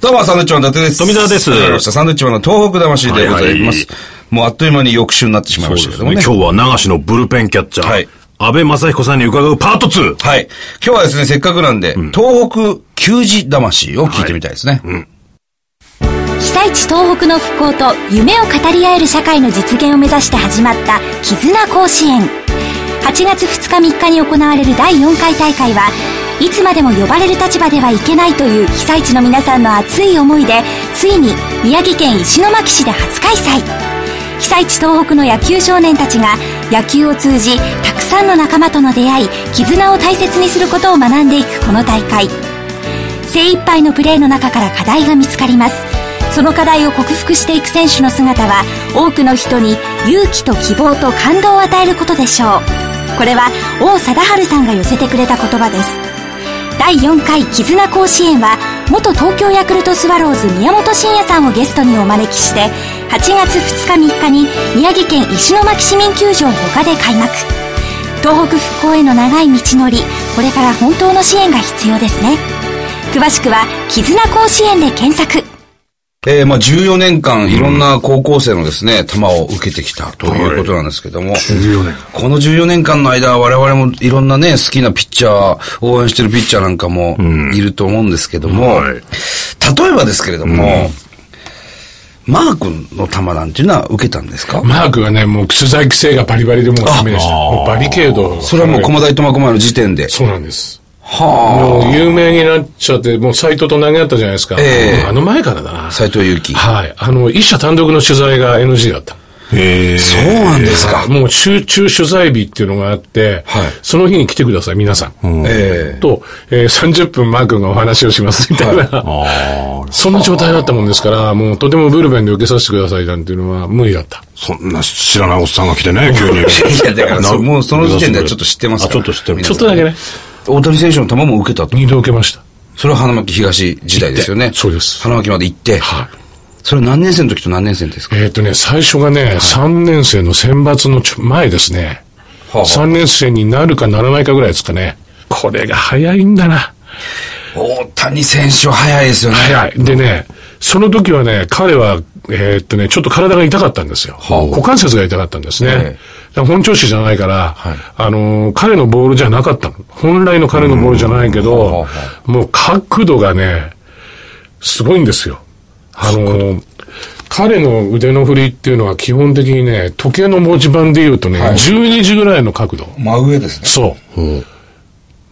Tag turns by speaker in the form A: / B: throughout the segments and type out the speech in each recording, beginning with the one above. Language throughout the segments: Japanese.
A: どうも、サンドウィッチマン伊達です。
B: 富澤です
A: 始まりましたサンドウィッチマンの東北魂でございます。
B: は
A: もうあっという間に翌週になってしまい
B: そう
A: ま
B: で
A: したけ
B: す
A: ど
B: ね。
A: もね。
B: 今日は流しのブルペンキャッチャー、
A: はい
B: 安倍正彦さんに伺うパート 2!
A: はい。今日はですね、せっかくなんで、東北球児魂を聞いてみたいですね。
C: 被災地東北の復興と夢を語り合える社会の実現を目指して始まった絆甲子園8月2日3日に行われる第4回大会はいつまでも呼ばれる立場ではいけないという被災地の皆さんの熱い思いでついに宮城県石巻市で初開催被災地東北の野球少年たちが野球を通じたくさんの仲間との出会い絆を大切にすることを学んでいくこの大会精一杯のプレーの中から課題が見つかりますその課題を克服していく選手の姿は多くの人に勇気と希望と感動を与えることでしょうこれは王貞治さんが寄せてくれた言葉です第4回絆甲子園は元東京ヤクルトスワローズ宮本慎也さんをゲストにお招きして8月2日3日に宮城県石巻市民球場他で開幕東北復興への長い道のりこれから本当の支援が必要ですね詳しくは「絆甲子園」で検索
A: えー、まあ14年間、いろんな高校生のですね、球を受けてきたということなんですけども、
B: 14年。
A: この14年間の間、我々もいろんなね、好きなピッチャー、応援してるピッチャーなんかもいると思うんですけども、
B: はい
A: 例えばですけれども、マー君の球なんていうのは受けたんですか、
D: マークがね、もう取材規制がバリバリでもうダメでした。もうバリケード。
A: それはもう駒大苫小牧の時点で。
D: そうなんです。
A: は
D: もう有名になっちゃって、もう斎藤と投げ合ったじゃないですか。
A: ええ
D: もうあの前からだな
A: あ。。斎藤佑樹。
D: はい。あの、一社単独の取材が NG だった。
B: へ
A: そうなんですか。
D: もう集中取材日っていうのがあって、
A: はい
D: その日に来てください、皆さん。
A: ええ
D: と、えー30分マー君がお話をします、みたいな。そんな状態だったもんですから、もうとてもブルペンで受けさせてくださいなんていうのは無理だった。
B: そんな知らないおっさんが来てね、急に。
A: いや、だからそう、もうその時点ではちょっと知ってます
B: あ、
A: から
B: ちょっと知ってる。
D: ちょっとだけね、
A: 大谷選手の球も受けたと。
D: 二度受けました。
A: それは花巻東時代ですよね。
D: そうです
A: 花巻まで行って。
D: はい。
A: それ何年生の時と何年生ですか
D: えーっ、とね、最初がね、3年生の選抜のちょ前ですね。
A: はあ
D: 3年生になるかならないかぐらいですかね。これが早いんだな。
A: 大谷選手は早いですよね。
D: 早い。でね、その時はね、彼は、えーっとね、ちょっと体が痛かったんですよ。股関節が痛かったんですね。
A: え
D: だから本調子じゃないから、あのー彼のボールじゃなかったの。本来の彼のボールじゃないけど、もう角度がね、すごいんですよ。あのー彼の腕の振りっていうのは基本的にね、時計の文字盤で言うとね、12時ぐらいの角度。
A: 真上ですね。
D: そう。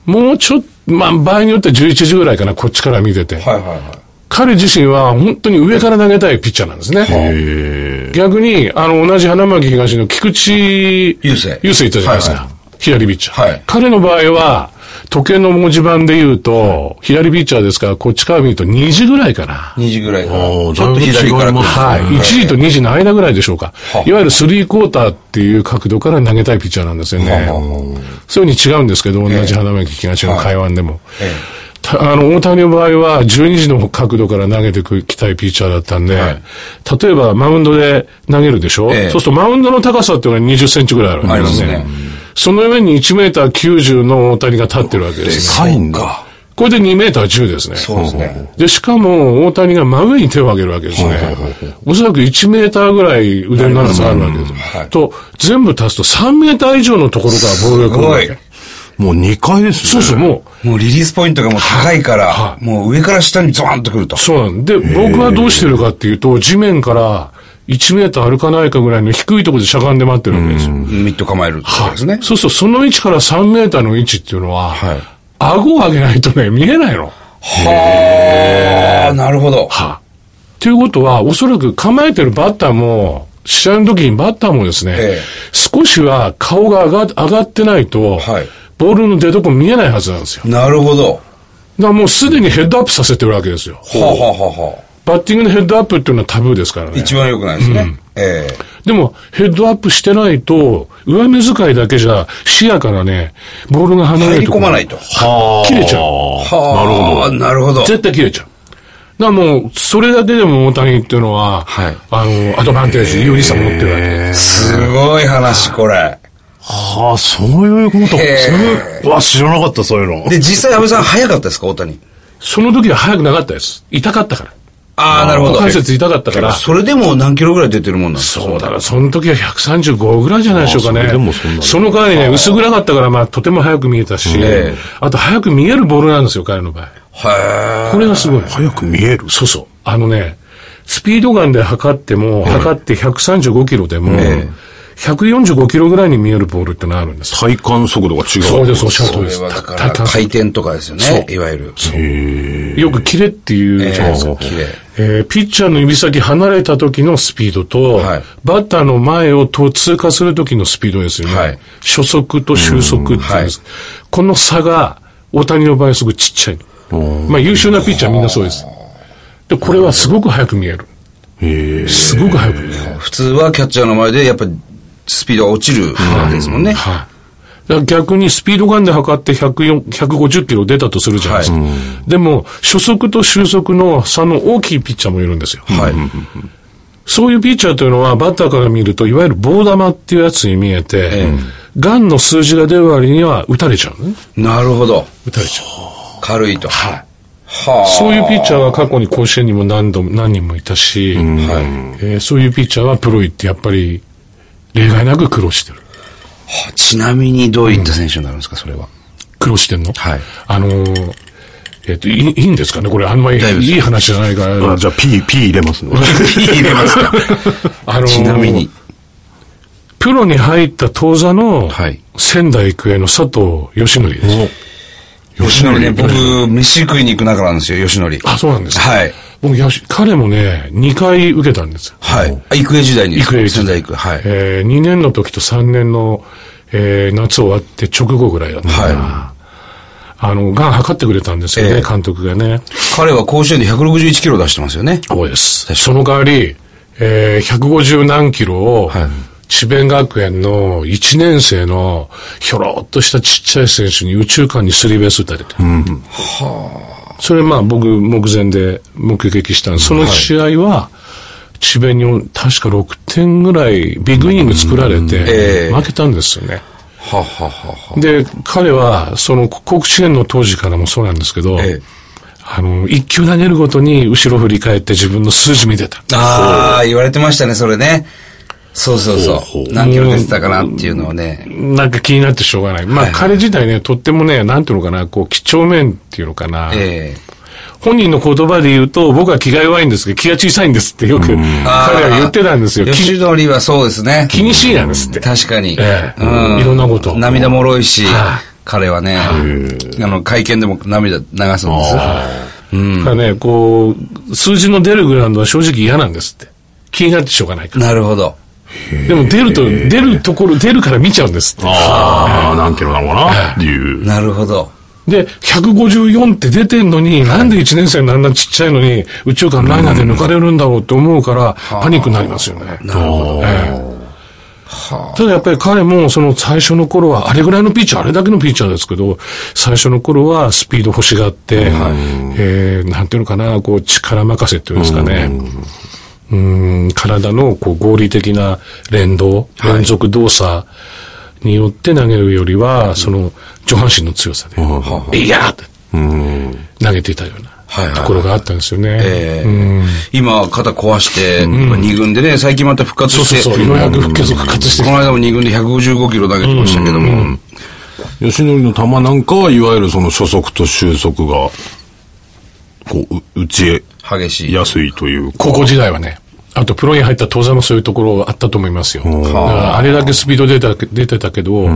D: もうちょっと、まあ場合によっては11時ぐらいかな、こっちから見てて。
A: はいはいはい。
D: 彼自身は本当に上から投げたいピッチャーなんですね。逆に、あの、同じ花巻東の菊池
A: 雄星
D: 雄星いたじゃないですか。
A: はいは
D: 左ピッチャー、
A: はい
D: 彼の場合は、時計の文字盤で言うと、左ピッチャーですから、こっちから見ると2時ぐらいかな。
A: 2時ぐらいから。
B: おー
A: ちょっと左か
B: だい
A: ら
B: ぶ違いますね
D: はい。1時と2時の間ぐらいでしょうか。いわゆるスリークォーターっていう角度から投げたいピッチャーなんですよね。そういうふうに違うんですけど、同じ花巻東の海湾でも。たあの、大谷の場合は、12時の角度から投げてくきたいピッチャーだったんで、例えばマウンドで投げるでしょ、
A: ええ
D: そうするとマウンドの高さっていうのは20センチぐらいあるんですね。
A: ありますね
D: その上に1メーター90の大谷が立ってるわけですね。
B: 高いんだ。
D: これで2メーター10ですね。
A: そうですね。
D: で、しかも、大谷が真上に手を挙げるわけですね。おそらく1メーターぐらい腕の長さがあるわけです。と、全部足すと3メーター以上のところからボールが来るわ
A: すご
D: け
A: い。
B: もう2回ですね。
D: そうそう、も
A: もうリリースポイントがもう高いから、もう上から下にゾーンとくると
D: う、。そうなんで、僕はどうしてるかっていうと、地面から1メーター歩かないかぐらいの低いところでしゃがんで待ってるわけですよ。
A: ミット構えるってことですね。
D: そうそう、その位置から3メーターの位置っていうのは、
A: はい
D: 顎を上げないとね、見えないの。
A: ああ、なるほど。
D: はということは、おそらく構えてるバッターも、試合の時にバッターもですね、
A: ええ
D: 少しは顔が上が上がってないと、
A: はい
D: ボールの出所見えないはずなんですよ。だか
A: なるほど。
D: らもうすでにヘッドアップさせてるわけですよ。
A: はあ、はあはあは
D: バッティングのヘッドアップっていうのはタブーですから
A: あ、
D: ね。
A: 一番良くないですね。ええ
D: でも、ヘッドアップしてないと、上目遣いだけじゃ視野からね、ボールが離れ
A: 入
D: る
A: り
D: と
A: 込まないと。
B: はあ
D: 切れちゃう
A: はあ、なるほど。なる
D: 絶対切れちゃう。だからもう、それだけでも大谷っていうのは、
A: はい
D: あの、アドバンテージ、有利さ持ってるわけです。
A: すごい話、これ。
B: はあ、そういうこと。そう
A: へ
B: いううわ、知らなかった、そういうの。
A: で、実際安倍さん早かったですか、大谷。
D: その時は早くなかったです。痛かったから。
A: ああ、なるほ
D: 股
A: ど。
D: 関節痛かったから、
A: それでも何キロぐらい出てるもんなんですか
D: そうだから、その時は135ぐらいじゃないでしょうか
B: あ
D: ね。
B: それでもそんな
D: その代わりね、薄暗かったから、まあ、とても早く見えたし、
A: え
D: あと早く見えるボールなんですよ、彼の場合。
A: へ
D: これがすごい。
B: 早く見える。
D: そうそう。あのね、スピードガンで測っても、測って135キロでも、145キロぐらいに見えるボールってのあるんです。
B: 体感速度が違う。
D: そうです、おっしゃ
A: え。
D: る通
A: そ
D: り
A: れ
D: です。
A: はだ
D: た
A: から、
D: たた
A: 回転とかですよね。いわゆる。
B: へー
D: よくキレっていうじゃないですか。
A: 綺麗。
D: えーピッチャーの指先離れた時のスピードと、
A: はい
D: バッターの前をと通過する時のスピードですよね。
A: はい
D: 初速と終速っていうんです、この差が、大谷の場合すごいちっちゃいの。まあ優秀なピッチャーみんなそうです。で、これはすごく早く見える。
B: へー
D: すごく早く見える。
A: 普通はキャッチャーの前で、やっぱりスピードが落ちるわけですもんね。
D: はい。だから逆にスピードガンで測って104 150キロ出たとするじゃないですか。でも、初速と終速の差の大きいピッチャーもいるんですよ。
A: はい。
D: そういうピッチャーというのは、バッターから見ると、いわゆる棒玉っていうやつに見えて、ガンの数字が出る割には打たれちゃうね。
A: なるほど。
D: 打たれちゃう。
A: 軽いと。
D: はい。
A: はあ。
D: そういうピッチャーが過去に甲子園にも何度も、何人もいたし、えーそういうピッチャーはプロ行ってやっぱり、例外なく苦労してる。
A: ちなみにどういった選手になるんですか、それ は。
D: 苦労してんの
A: はい
D: あのーえっ、といい、いいんですかねこれあんまり
A: 大丈夫です
D: いい話じゃないから。
B: あじゃあ P、P 入れますね。
A: 入れますか。
D: あの ー
A: ちなみに。
D: プロに入った当座の
A: はい、
D: 仙台育英の佐藤義則です。
A: 吉典ね、僕、飯食いに行く中なんですよ、吉典。
D: あ、そうなんですか
A: はい。
D: 僕、やし彼もね、2回受けたんですよ。
A: はい。あ育英時代にですか。
D: 育英時代
A: 仙台育英。はい。
D: えー、2年の時と3年の、えー、夏終わって直後ぐらいだったから、あの、がん測ってくれたんですよね、
A: ええ
D: 監督がね。
A: 彼は甲子園で161キロ出してますよね。
D: そうで
A: 確
D: す
A: かに
D: その代わり、えー、150何キロを、
A: はい
D: 智弁学園の1年生のひょろっとしたちっちゃい選手に宇宙間にスリーベース打たれて。それまあ僕目前で目撃したんです。その試合は、智弁に確か6点ぐらいビッグイニング作られ
A: え
D: て、
A: え
D: 負けたんですよね。
A: はははは。
D: で、彼は、その、国試験の当時からもそうなんですけど、
A: ええ
D: あの、一球投げるごとに後ろ振り返って自分の数字見てた。
A: ああ、言われてましたね、それね。そうそうそう。何キロ出てたかなっていうのをね。
D: なんか気になってしょうがない。まあ、
A: はい
D: 彼自体ね、とってもね、なんていうのかな、こう、几帳面っていうのかな。
A: ええ
D: 本人の言葉で言うと、僕は気が弱いんですけど、気が小さいんですってよく、彼は言ってたんですよ。
A: 吉
D: 気
A: 典はそうですね。
D: 気にしいなんですって。
A: 確かに。
D: ええ
A: う
D: いろんなこと
A: 涙もろいし
D: はい、
A: 彼はね、あの、会見でも涙流すんですよ。
D: だからね、こう、数字の出るグラウンドは正直嫌なんですって。気になってしょうがないから。
A: なるほど。
D: でも出ると、出るところ、出るから見ちゃうんですって。
B: ああ、何キロなのかなっていう。
A: なるほど。
D: で、154って出てんのに、なんで1年生のあんなちっちゃいのに、宇宙間ライナーで抜かれるんだろうって思うから、パニックになりますよね。
A: なるほど。
D: ええただやっぱり彼もその最初の頃は、あれぐらいのピッチャー、あれだけのピッチャーですけど、最初の頃はスピード欲しがって、えーなんていうのかな、こう力任せっていうんですかね。うん体のこう合理的な連動、連続動作によって投げるよりは、その上半身の強さで、いやーって投げていたよう
A: はいは
D: ないところがあったんですよね。
A: ええ今、肩壊して、2軍でね、最近また復活
D: そう
A: して、
D: そうそう、ようやく復活復活してき
A: こ
D: た
A: の間も2軍で155キロ投げてましたけども、
B: 吉典の球なんかは、いわゆるその初速と終速が、こう、う打ち
A: 激しい。
B: やすいというか。
D: 高校時代はね。あと、プロに入った当座もそういうところあったと思いますよ。だからあれだけスピード出た出てたけど、例え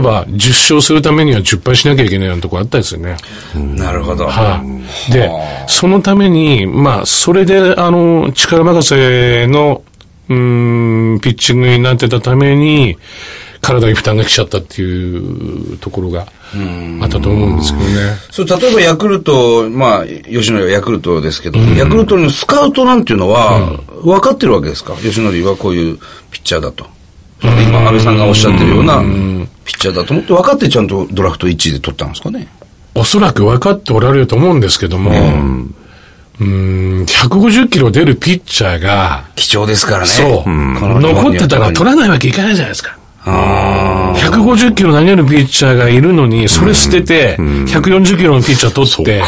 D: ば10勝するためには10敗しなきゃいけないようなとこあったですよね。
A: なるほど。
D: はい。で、そのために、まあ、それで、あの、力任せの、うーん、ピッチングになってたために、体に負担が来ちゃったっていうところがあったと思うんですけどね。
A: そう、例えばヤクルト、まあ、吉野はヤクルトですけど、ヤクルトのスカウトなんていうのは、分かってるわけですか吉野はこういうピッチャーだと。今、安倍さんがおっしゃってるようなピッチャーだと思って分かってちゃんとドラフト1位で取ったんですかね
D: おそらく分かっておられると思うんですけども、うーん、150キロ出るピッチャーが、
A: 貴重ですからね。
D: そう、
A: この
D: 残ってたら取
A: ら
D: らないわけいかないじゃないですか。
A: あ
D: 150キロ投げるピッチャーがいるのに、それ捨てて、140キロのピッチャー取って、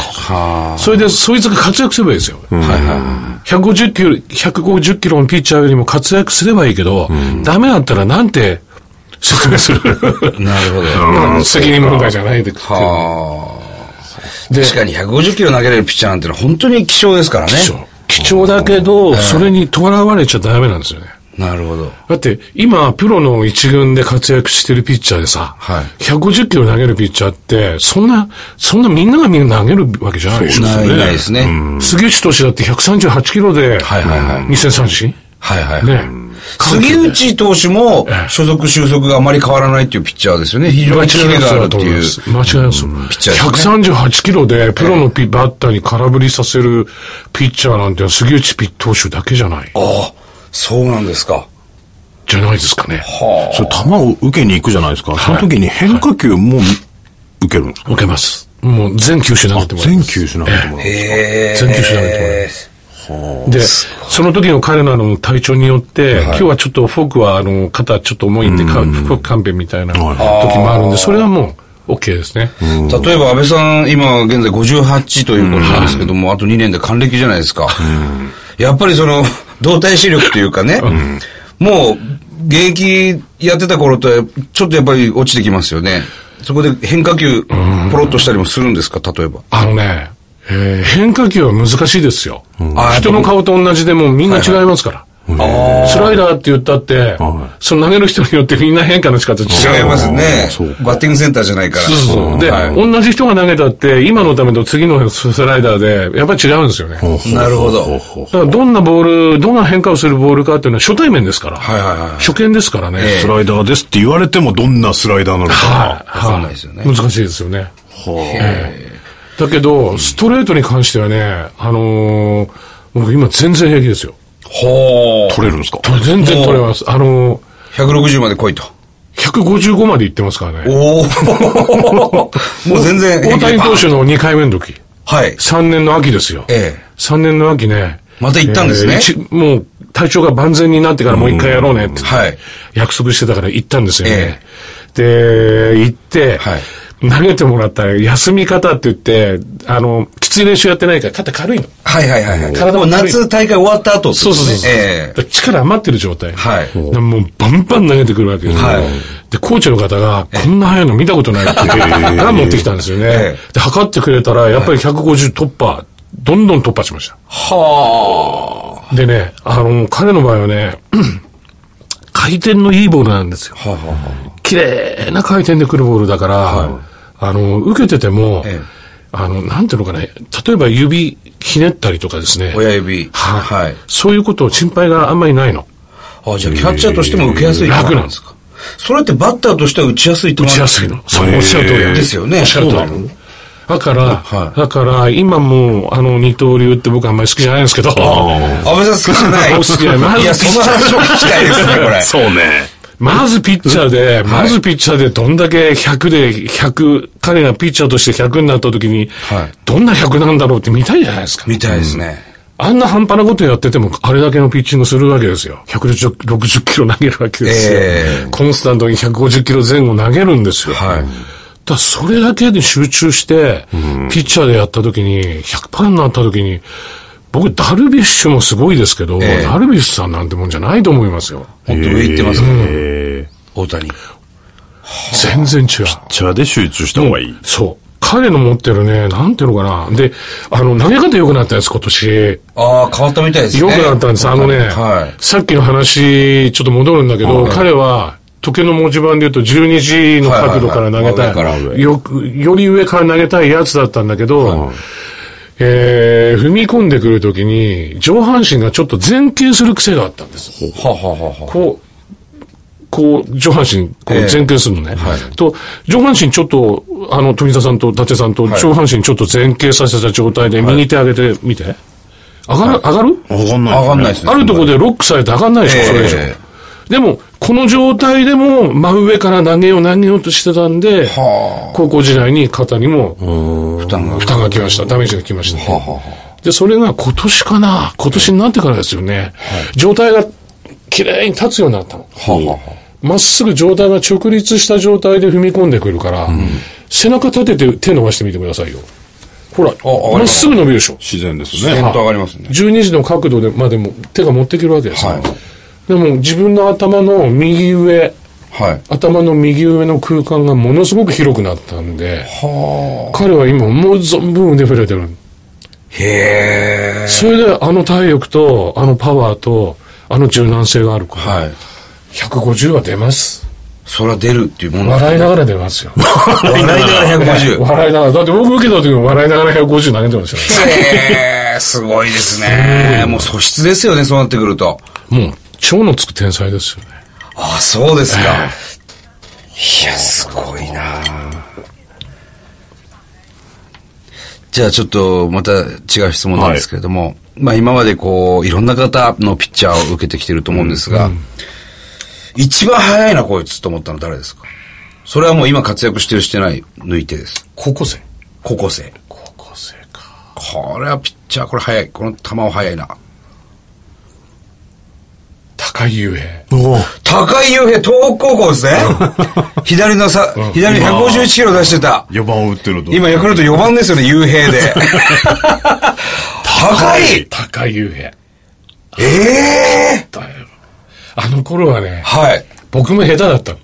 D: それでそいつが活躍すればいいですよ。150キロ、150キロのピッチャーよりも活躍すればいいけど、ダメだったらなんて説明 する
A: なるほど。
D: 責任問題じゃないでくて。
A: はあ。
D: で
A: 確かに150キロ投げれるピッチャーなんてのは本当に希少ですからね。
D: 貴重。貴重だけど、それにとらわれちゃダメなんですよね。
A: なるほど。
D: だって、今、プロの一軍で活躍してるピッチャーでさ、
A: はい
D: 150キロ投げるピッチャーって、そんな、そんなみんながみんな投げるわけじゃないでしょ、
A: ないないですね。
D: 杉内投手だって138キロで、
A: はいはいはい
D: 2000三振
A: はいはい。
D: ね。
A: 杉内投手も所属収束があまり変わらないっていうピッチャーですよね。非常
D: 間
A: にキレ
D: 違いなく
A: が
D: そ
A: あ
D: う
A: る
D: だ
A: っ
D: と
A: て
D: 思い
A: いう。
D: ます。間違いなくそう。
A: ッチャーです
D: 138キロで、プロのピバッターに空振りさせるピッチャーなんて、杉内ピッ投手だけじゃない。
A: ああ、そうなんですか。
D: じゃないですかね。
B: それ球を受けに行くじゃないですか。その時に変化球も受けるんですか、
D: 受けます。もう全球種投げてもらい
B: 全
D: ます。
B: 球しなくてもら
A: へ
B: う。
A: え。
D: 全球種投げてもらいます。で、その時の彼らの体調によって、今日はちょっとフォークは、あの、肩ちょっと重いんで、かフォーク勘弁みたいな時
B: はい
D: もあるんで、それはもう、OK ですね。
A: 例えば安倍さん、今現在58ということなんですけども、あと2年で還暦じゃないですか。やっぱりその、 動体視力というかね、もう、現役やってた頃とは、ちょっとやっぱり落ちてきますよね。そこで変化球、ポロッとしたりもするんですか、例えば。
D: あのね、えー変化球は難しいですよ。
A: あ
D: 人の顔と同じでもうみんな違いますから。スライダーって言ったって、その投げる人によってみんな変化の仕方違う。
A: 違いますね
B: そう。
A: バッティングセンターじゃないから。
D: そうそうそう。で、同じ人が投げたって、今のためと次のスライダーで、やっぱり違うんですよね。
A: なるほど。
D: だからどんなボール、どんな変化をするボールかっていうのは初対面ですから。
A: はいはいはい
D: 初見ですからね。
B: スライダーですって言われてもどんなスライダーなのか。
D: はい。
A: わかんないですよね
D: はい難しいですよね。ええだけど、ストレートに関してはね、あのー僕今全然平気ですよ。
A: ほー
B: 取れるんですか
D: 全然取れます。あのー
A: 160まで来いと。
D: 155まで行ってますからね。
A: おお もう全然。
D: 大谷投手の2回目の時、
A: はい。
D: 3年の秋ですよ。
A: ええ
D: 3年の秋ね。
A: また行ったんですね
D: えー一もう体調が万全になってからもう一回やろうねって
A: はい
D: 約束してたから行ったんですよね。で、行って、
A: はい
D: 投げてもらったら休み方って言って、あの、きつい練習やってないから肩軽いの。
A: はいはいはいはい。
D: 体
A: も
D: も
A: う
D: 軽い
A: 夏大会終わった後ってこと
D: そう
A: です
D: そ
A: ね
D: うそうそう、
A: ええ
D: だから力余ってる状態。
A: はい
D: だからもうバンバン投げてくるわけですよ、
A: はい
D: で、コーチの方が、こんな速いの見たこと ないって言って、が持ってきたんですよね、
A: え
D: で、測ってくれたら、やっぱり150突破、どんどん突破しました。はあ。でね、あの、彼の場合はね、 回転のいいボールなんですよ。
A: はあはあはあ
D: 綺麗な回転で来るボールだから、あの、受けてても、
A: ええ
D: あの、なんていうのかね、例えば指ひねったりとかですね。
A: 親指。
D: はい。
A: はい。
D: そういうことを心配があんまりないの。
A: あ、じゃあキャッチャーとしても受けやすい。
D: 楽なんです
A: か。それってバッターとしては打ちやすいと
D: 打
A: 思
D: ちやすいの。そう
B: へー
D: おっしゃる通り
A: ですよね
D: おっしゃる通り
A: そうなの。
D: だから、
A: はい
D: だから、今もう、あの、二刀流って僕あんまり好きじゃないんですけど、
A: 安倍さん好きじゃない。
D: 僕好きじゃない
A: いや、その話を聞きたいですね、これ。
B: そうね。
D: まずピッチャーで、まずピッチャーでどんだけ100で、100、彼がピッチャーとして100になった時に、
A: はい
D: どんな100なんだろうって見たいじゃないですか。
A: みたいですね。
D: あんな半端なことやってても、あれだけのピッチングするわけですよ。160キロ投げるわけですよ。
A: ええ
D: コンスタントに150キロ前後投げるんですよ。
A: はい
D: だからそれだけで集中して、ピッチャーでやった時に、100%になった時に、僕、ダルビッシュもすごいですけど、
A: ええ
D: ダルビッシュさんなんてもんじゃないと思いますよ。
A: もっと上行ってますね。大谷。
D: 全然違う。
B: チャーで集中した方がいい。
D: そう。彼の持ってるね、なんていうのかな。で、あの、投げ方良くなったやつ、今年。
A: ああ、変わったみたいですね。
D: 良くなったんです。あのね、
A: はい。
D: さっきの話、ちょっと戻るんだけど、彼は、時計の文字盤で言うと12時の角度から投げ
A: は
D: た
A: いはいはい上から
D: い。よく、より上から投げたいやつだったんだけど、えー踏み込んでくるときに、上半身がちょっと前傾する癖があったんです。
A: はあはあはあはあ
D: こう、こう、上半身、こう
A: ええ
D: 前傾するのね。と、上半身ちょっと、あの、富田さんと伊達さんと、上半身ちょっと前傾させた状態で、右手上げてみて。上がる、上がる
B: わかんない。
A: わかんないですね
D: あるところでロックされて上がんないでしょ、
A: ええ
D: それ以上
A: え
D: でも、この状態でも、真上から投げよう投げようとしてたんで、高校時代に肩にも
A: 負担が。
D: 負担が来ました。ダメージが来ました。で、それが今年かな今年になってからですよね。状態が綺麗に立つようになったの。
A: はあはあは
D: まっすぐ上体が直立した状態で踏み込んでくるから、背中立てて手伸ばしてみてくださいよ。ほら、
A: わかりました
D: まっすぐ伸びるでしょ。
B: 自然です
A: え
B: ね。
A: っと上がりますね。
D: 12時の角度でまでも手が持っていけるわけですよ。
A: はい
D: でも自分の頭の右上、
A: はい。
D: 頭の右上の空間がものすごく広くなったんで、彼は今もう存分腕振れてる。
A: へえ。
D: それであの体力と、あのパワーと、あの柔軟性があるから、
A: はい。
D: 150は出ます。
A: そら出るっていうもの
D: 笑いながら出ますよ。
A: 笑いながら150。
D: 笑いながら。だって僕受けた時も笑いながら150投げてましたよ。
A: へえ、すごいですね。もう素質ですよね、そうなってくると。
D: もう、超のつく天才ですよね。
A: あ、そうですか。いや、すごいなじゃあちょっとまた違う質問なんですけれども、まあ今までこう、いろんな方のピッチャーを受けてきてると思うんですが、一番早いなこいつと思ったの誰ですかそれはもう今活躍してるしてない抜いてです。
D: 高校生。
A: 高校生。
D: 高校生か。
A: これはピッチャーこれ早い。この球は早いな。
D: 高井雄平。
B: お
A: 高井雄平、東北高校ですね。左のさ、左に151キロ出してた。
B: 4番を打ってると。
A: 今、ヤクルト4番ですよね、雄平 で。高い
D: 高井雄平。
A: ええ
D: だよ。あの頃はね、
A: はい。
D: 僕も下手だったの。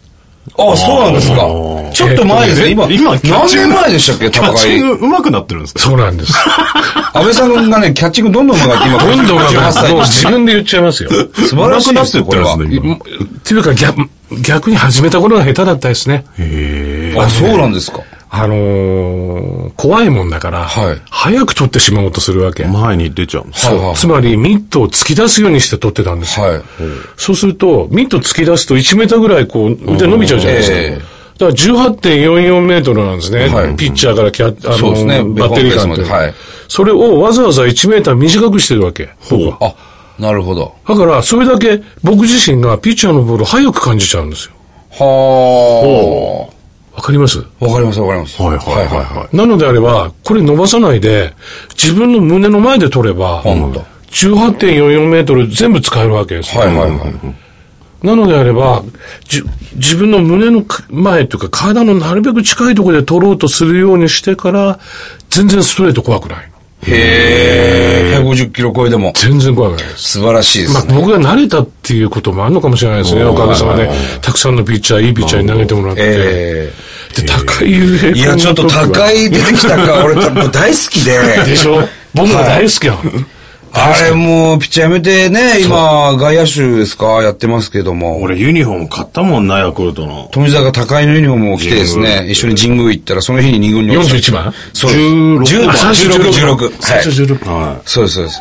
A: あ、そうなんですか。ちょっと前ですね、今。
B: 今、キャッ
A: 何
B: チン
A: 年
B: グ
A: 前でしたっけ、
B: キャッ
A: 高
B: チ
A: 井。
B: ング上手くなってるんですか
D: そうなんです。
A: 安倍さんがね、キャッチングどんどん上手くなって、今、
D: どんどん
A: 58歳
D: もう自分で言っちゃいますよ。
A: 素晴らしいですよ、これは。
B: 上手くなってるんですね、
D: もうっていうか逆、逆に始めた頃が下手だったですね。
A: あ、そうなんですか。
D: あのー怖いもんだから、
A: はい
D: 早く取ってしまおうとするわけ。
B: 今。前に出ちゃうんです
A: はいはい
D: つまり、ミットを突き出すようにして取ってたんですよ。
A: はい。
D: そうすると、ミット突き出すと1メーターぐらいこう、腕伸びちゃうじゃないですか。
A: ええ
D: だから18.44メートルなんですね。
A: はい
D: ピッチャーからキャッ、あ
A: そうですね
D: バッテ
A: ベ
D: リー間って
A: ースまではい
D: それをわざわざ1メーター短くしてるわけ。僕は
A: あ、なるほど。
D: だから、それだけ僕自身がピッチャーのボールを早く感じちゃうんですよ。
A: は
D: わかります
A: あ。わかります、わかります。
B: はいはいはいは
D: なのであれば、これ伸ばさないで、自分の胸の前で取れば、
A: 本当
D: 18.44メートル全部使えるわけですよ。
A: はいはいはい。
D: なのであれば、じ自分の胸のか前というか、体のなるべく近いところで取ろうとするようにしてから、全然ストレート怖くない。
A: へえ、150キロ超えでも。
D: 全然怖くないです。
A: 素晴らしいで
D: ますあ、
A: ね。
D: 僕が慣れたっていうこともあるのかもしれないですね。おかげさまで、たくさんのピッチャー、いいピッチャーに投げてもらって。
A: え
D: で、高い雄平
A: えいや、
D: 君
A: ちょ
D: の
A: っと
D: 時は
A: 高い出てきた か、俺多分大好きで。
D: でしょ僕が大好きやん。
A: あれもう、ピッチャーやめてね、今、外野手ですか、やってますけども。
B: 俺ユニフォーム買ったもんな、ヤクルトの。
A: 富坂高いのユニフォームを着てです
B: 神
A: ね、一緒に神宮行ったら、その日に二軍に落ちた。
D: 41番
A: そうです。10番。16、16。
D: 最
A: はい
D: 初16番。
B: は
A: そうです、そうです。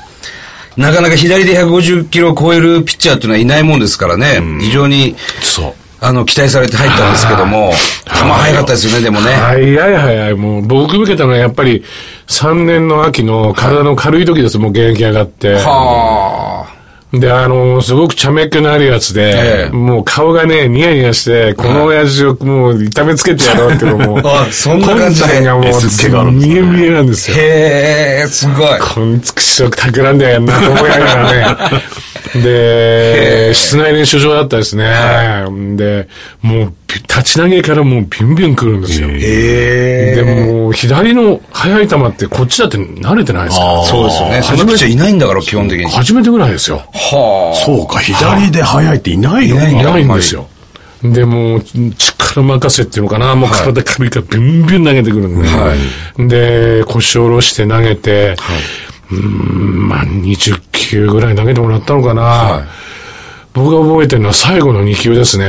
A: なかなか左で150キロを超えるピッチャーっていうのはいないもんですからね、非常に、
D: そう。
A: あの、期待されて入ったんですけども、球速かったですよね、でもね。
D: 早い早い。もう、僕受けたのはやっぱり、3年の秋の体の軽い時です。もう現役上がって。
A: はあ。
D: で、あの、すごく茶目っ気のあるやつで
A: え、え、
D: もう顔がね、ニヤニヤして、この親父をもう痛めつけてやろうっていうのも
A: あそんな感じで
D: 今回がもう、
B: S 系があるんです
D: 見
B: ね
D: え見えなんですよ。
A: へえ、すごい。
D: こんつくしろく企んでやんなと思いながら ね。で、室内練習場だったですね。で、もうび、立ち投げからもうビュンビュン来るんですよ。
A: へ
D: でも、左の速い球ってこっちだって慣れてないですから。
A: そうですよね。そのピッチャーいないんだから、基本的に。
D: 初めてぐらいですよ。
A: は
B: そうか、左で速いっていないよ
A: いない
D: い
A: ね
D: ないんですよ。で、もう、力任せっていうのかな、もう体軽いからビュンビュン投げてくるんで。で、腰を下ろして投げて、うーん、まあ、20球ぐらい投げてもらったのかな。僕が覚えてるのは最後の2球ですね。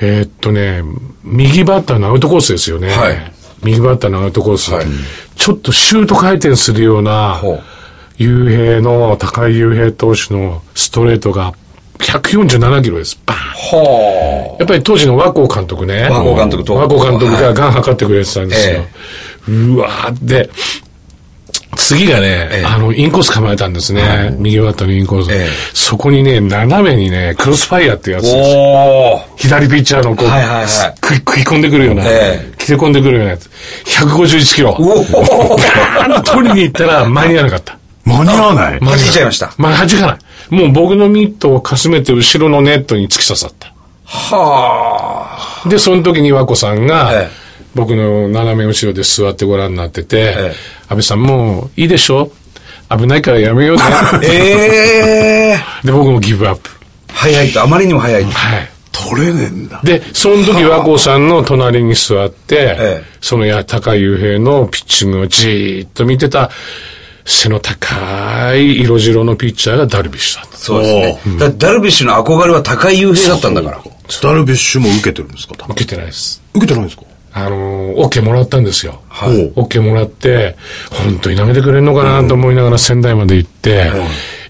D: えーっとね、右バッターのアウトコースですよね。
A: はい
D: 右バッターのアウトコース。
A: はい
D: ちょっとシュート回転するような
A: ほう、
D: 雄平の、高井雄平投手のストレートが、147キロです。バーン
A: あ。は
D: やっぱり当時の和光監督ね。
A: 和光監督と
D: 和光監督がガン測ってくれてたんですよ
A: え。
D: うわーで、次がね、
A: ええ
D: あの、インコース構えたんですね。右バッターのインコース、
A: ええ
D: そこにね、斜めにね、クロスファイヤーっていうやつ
A: あ。
D: ですよ
A: おお。
D: 左ピッチャーのこう、
A: はいはいはい
D: 食い食い込んでくるような、
A: ええ
D: 切れ込んでくるようなやつ。151キロ。
A: うおお
D: ガーンと取りに 行ったら間に合わなかった。
B: 間に合わない。
A: 弾いちゃいました。
D: まあ、弾かない。もう僕のミットをかすめて後ろのネットに突き刺さった。
A: はあ。
D: で、その時に和子さんが、
A: ええ
D: 僕の斜め後ろで座ってご覧になってて、
A: え
D: 安倍さんもういいでしょ危ないからやめ ようね。
A: ええ
D: で、僕もギブアップ。
A: 早いと、あまりにも早いと。
D: はい。
B: 取れねえんだ。
D: で、その時和光さんの隣に座って、
A: ええ
D: そのや高雄平のピッチングをじーっと見てた、背の高い色白のピッチャーがダルビッシュだった。
A: そうですね。だダルビッシュの憧れは高井雄平だったんだから。
B: ダルビッシュも受けてるんですか
D: 受けてないです。
B: 受けてないんですか
D: あのー、OK もらったんですよ。
A: はい
D: OK もらって、本当に投げてくれるのかなと思いながら仙台まで行って、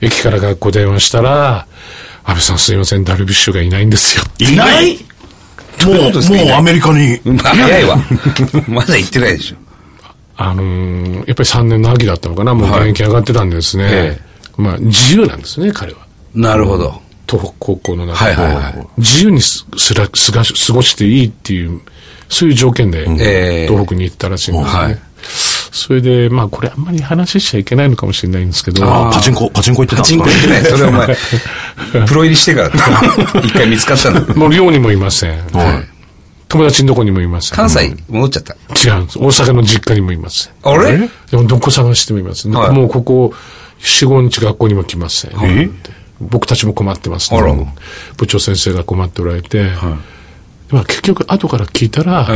D: 駅から学校電話したら、安倍さんすいません、ダルビッシュがいないんですよ。
B: いないもう、もうアメリカに。
A: 早いわ。 まだ行ってないでしょ。
D: あのーやっぱり3年の秋だったのかな、もう現役上がってたんでですね。
A: え
D: まあ、自由なんですね、彼は。
A: なるほど。
D: 東北高校の中
A: は
D: で、
A: いはいはい
D: 自由にすすらすがし過ごしていいっていう、そういう条件で、
A: ええ
D: 東北に行ったらしいんですね。
A: はい
D: それで、まあ、これあんまり話しちゃいけないのかもしれないんですけど、
B: あーパチンコ、パチンコ行ってた
A: パ
B: んで
A: チ
B: す
A: ンコ
B: か
A: 行ってない。それはお 前、プロ入りしてからだ一回見つかったんだ。
D: もう寮にもいません。
B: はい
D: 友達のとこにもいません。
A: 関西戻っちゃった。
D: 違うんです。大阪の実家にもいません。
A: あれ
D: でもどこ探してもいません。
A: はい
D: もうここ、四五日学校にも来ません。
B: え
D: 僕たちも困ってます、
A: あら
D: 部長先生が困っておられて、まあ結局後から聞いたら、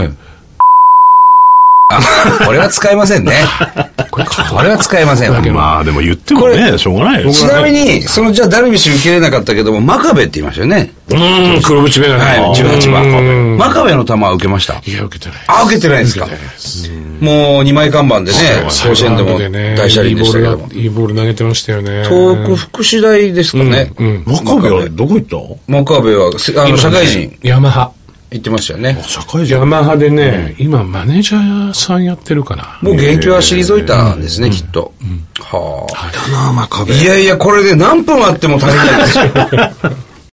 A: あ、 これは使えませんね。
D: これか
A: これは使えませんわ。
B: まあでも言っても
A: こ
B: ね、
A: れ
B: しょうがないよ。
A: ちなみに、その、じゃあダルビッシュ受け入れなかったけども、真壁って言いましたよね。
D: うん、黒縁眼鏡。
A: はい、18
D: う
A: 番。
D: ん
A: 真壁の球は受けました。
D: いや、受けてない。
A: あ、受けてないですか。もう2枚看板でね、甲子園でも大車輪でしたけども。
D: いいボール投げてましたよね。
A: 東北福祉大ですかね。
D: うん。
B: 真壁はどこ行っ
A: 真壁は、せあの、社会人
D: ヤマハ。
A: 行ってましたよね
B: た。社会人
D: ヤマハでね、今マネージャーさんやってるかな。
A: もう現役は退いたんですね、きっと。はあ。
B: だな、真壁。
A: いやいや、これで何分あっても足りないですよ。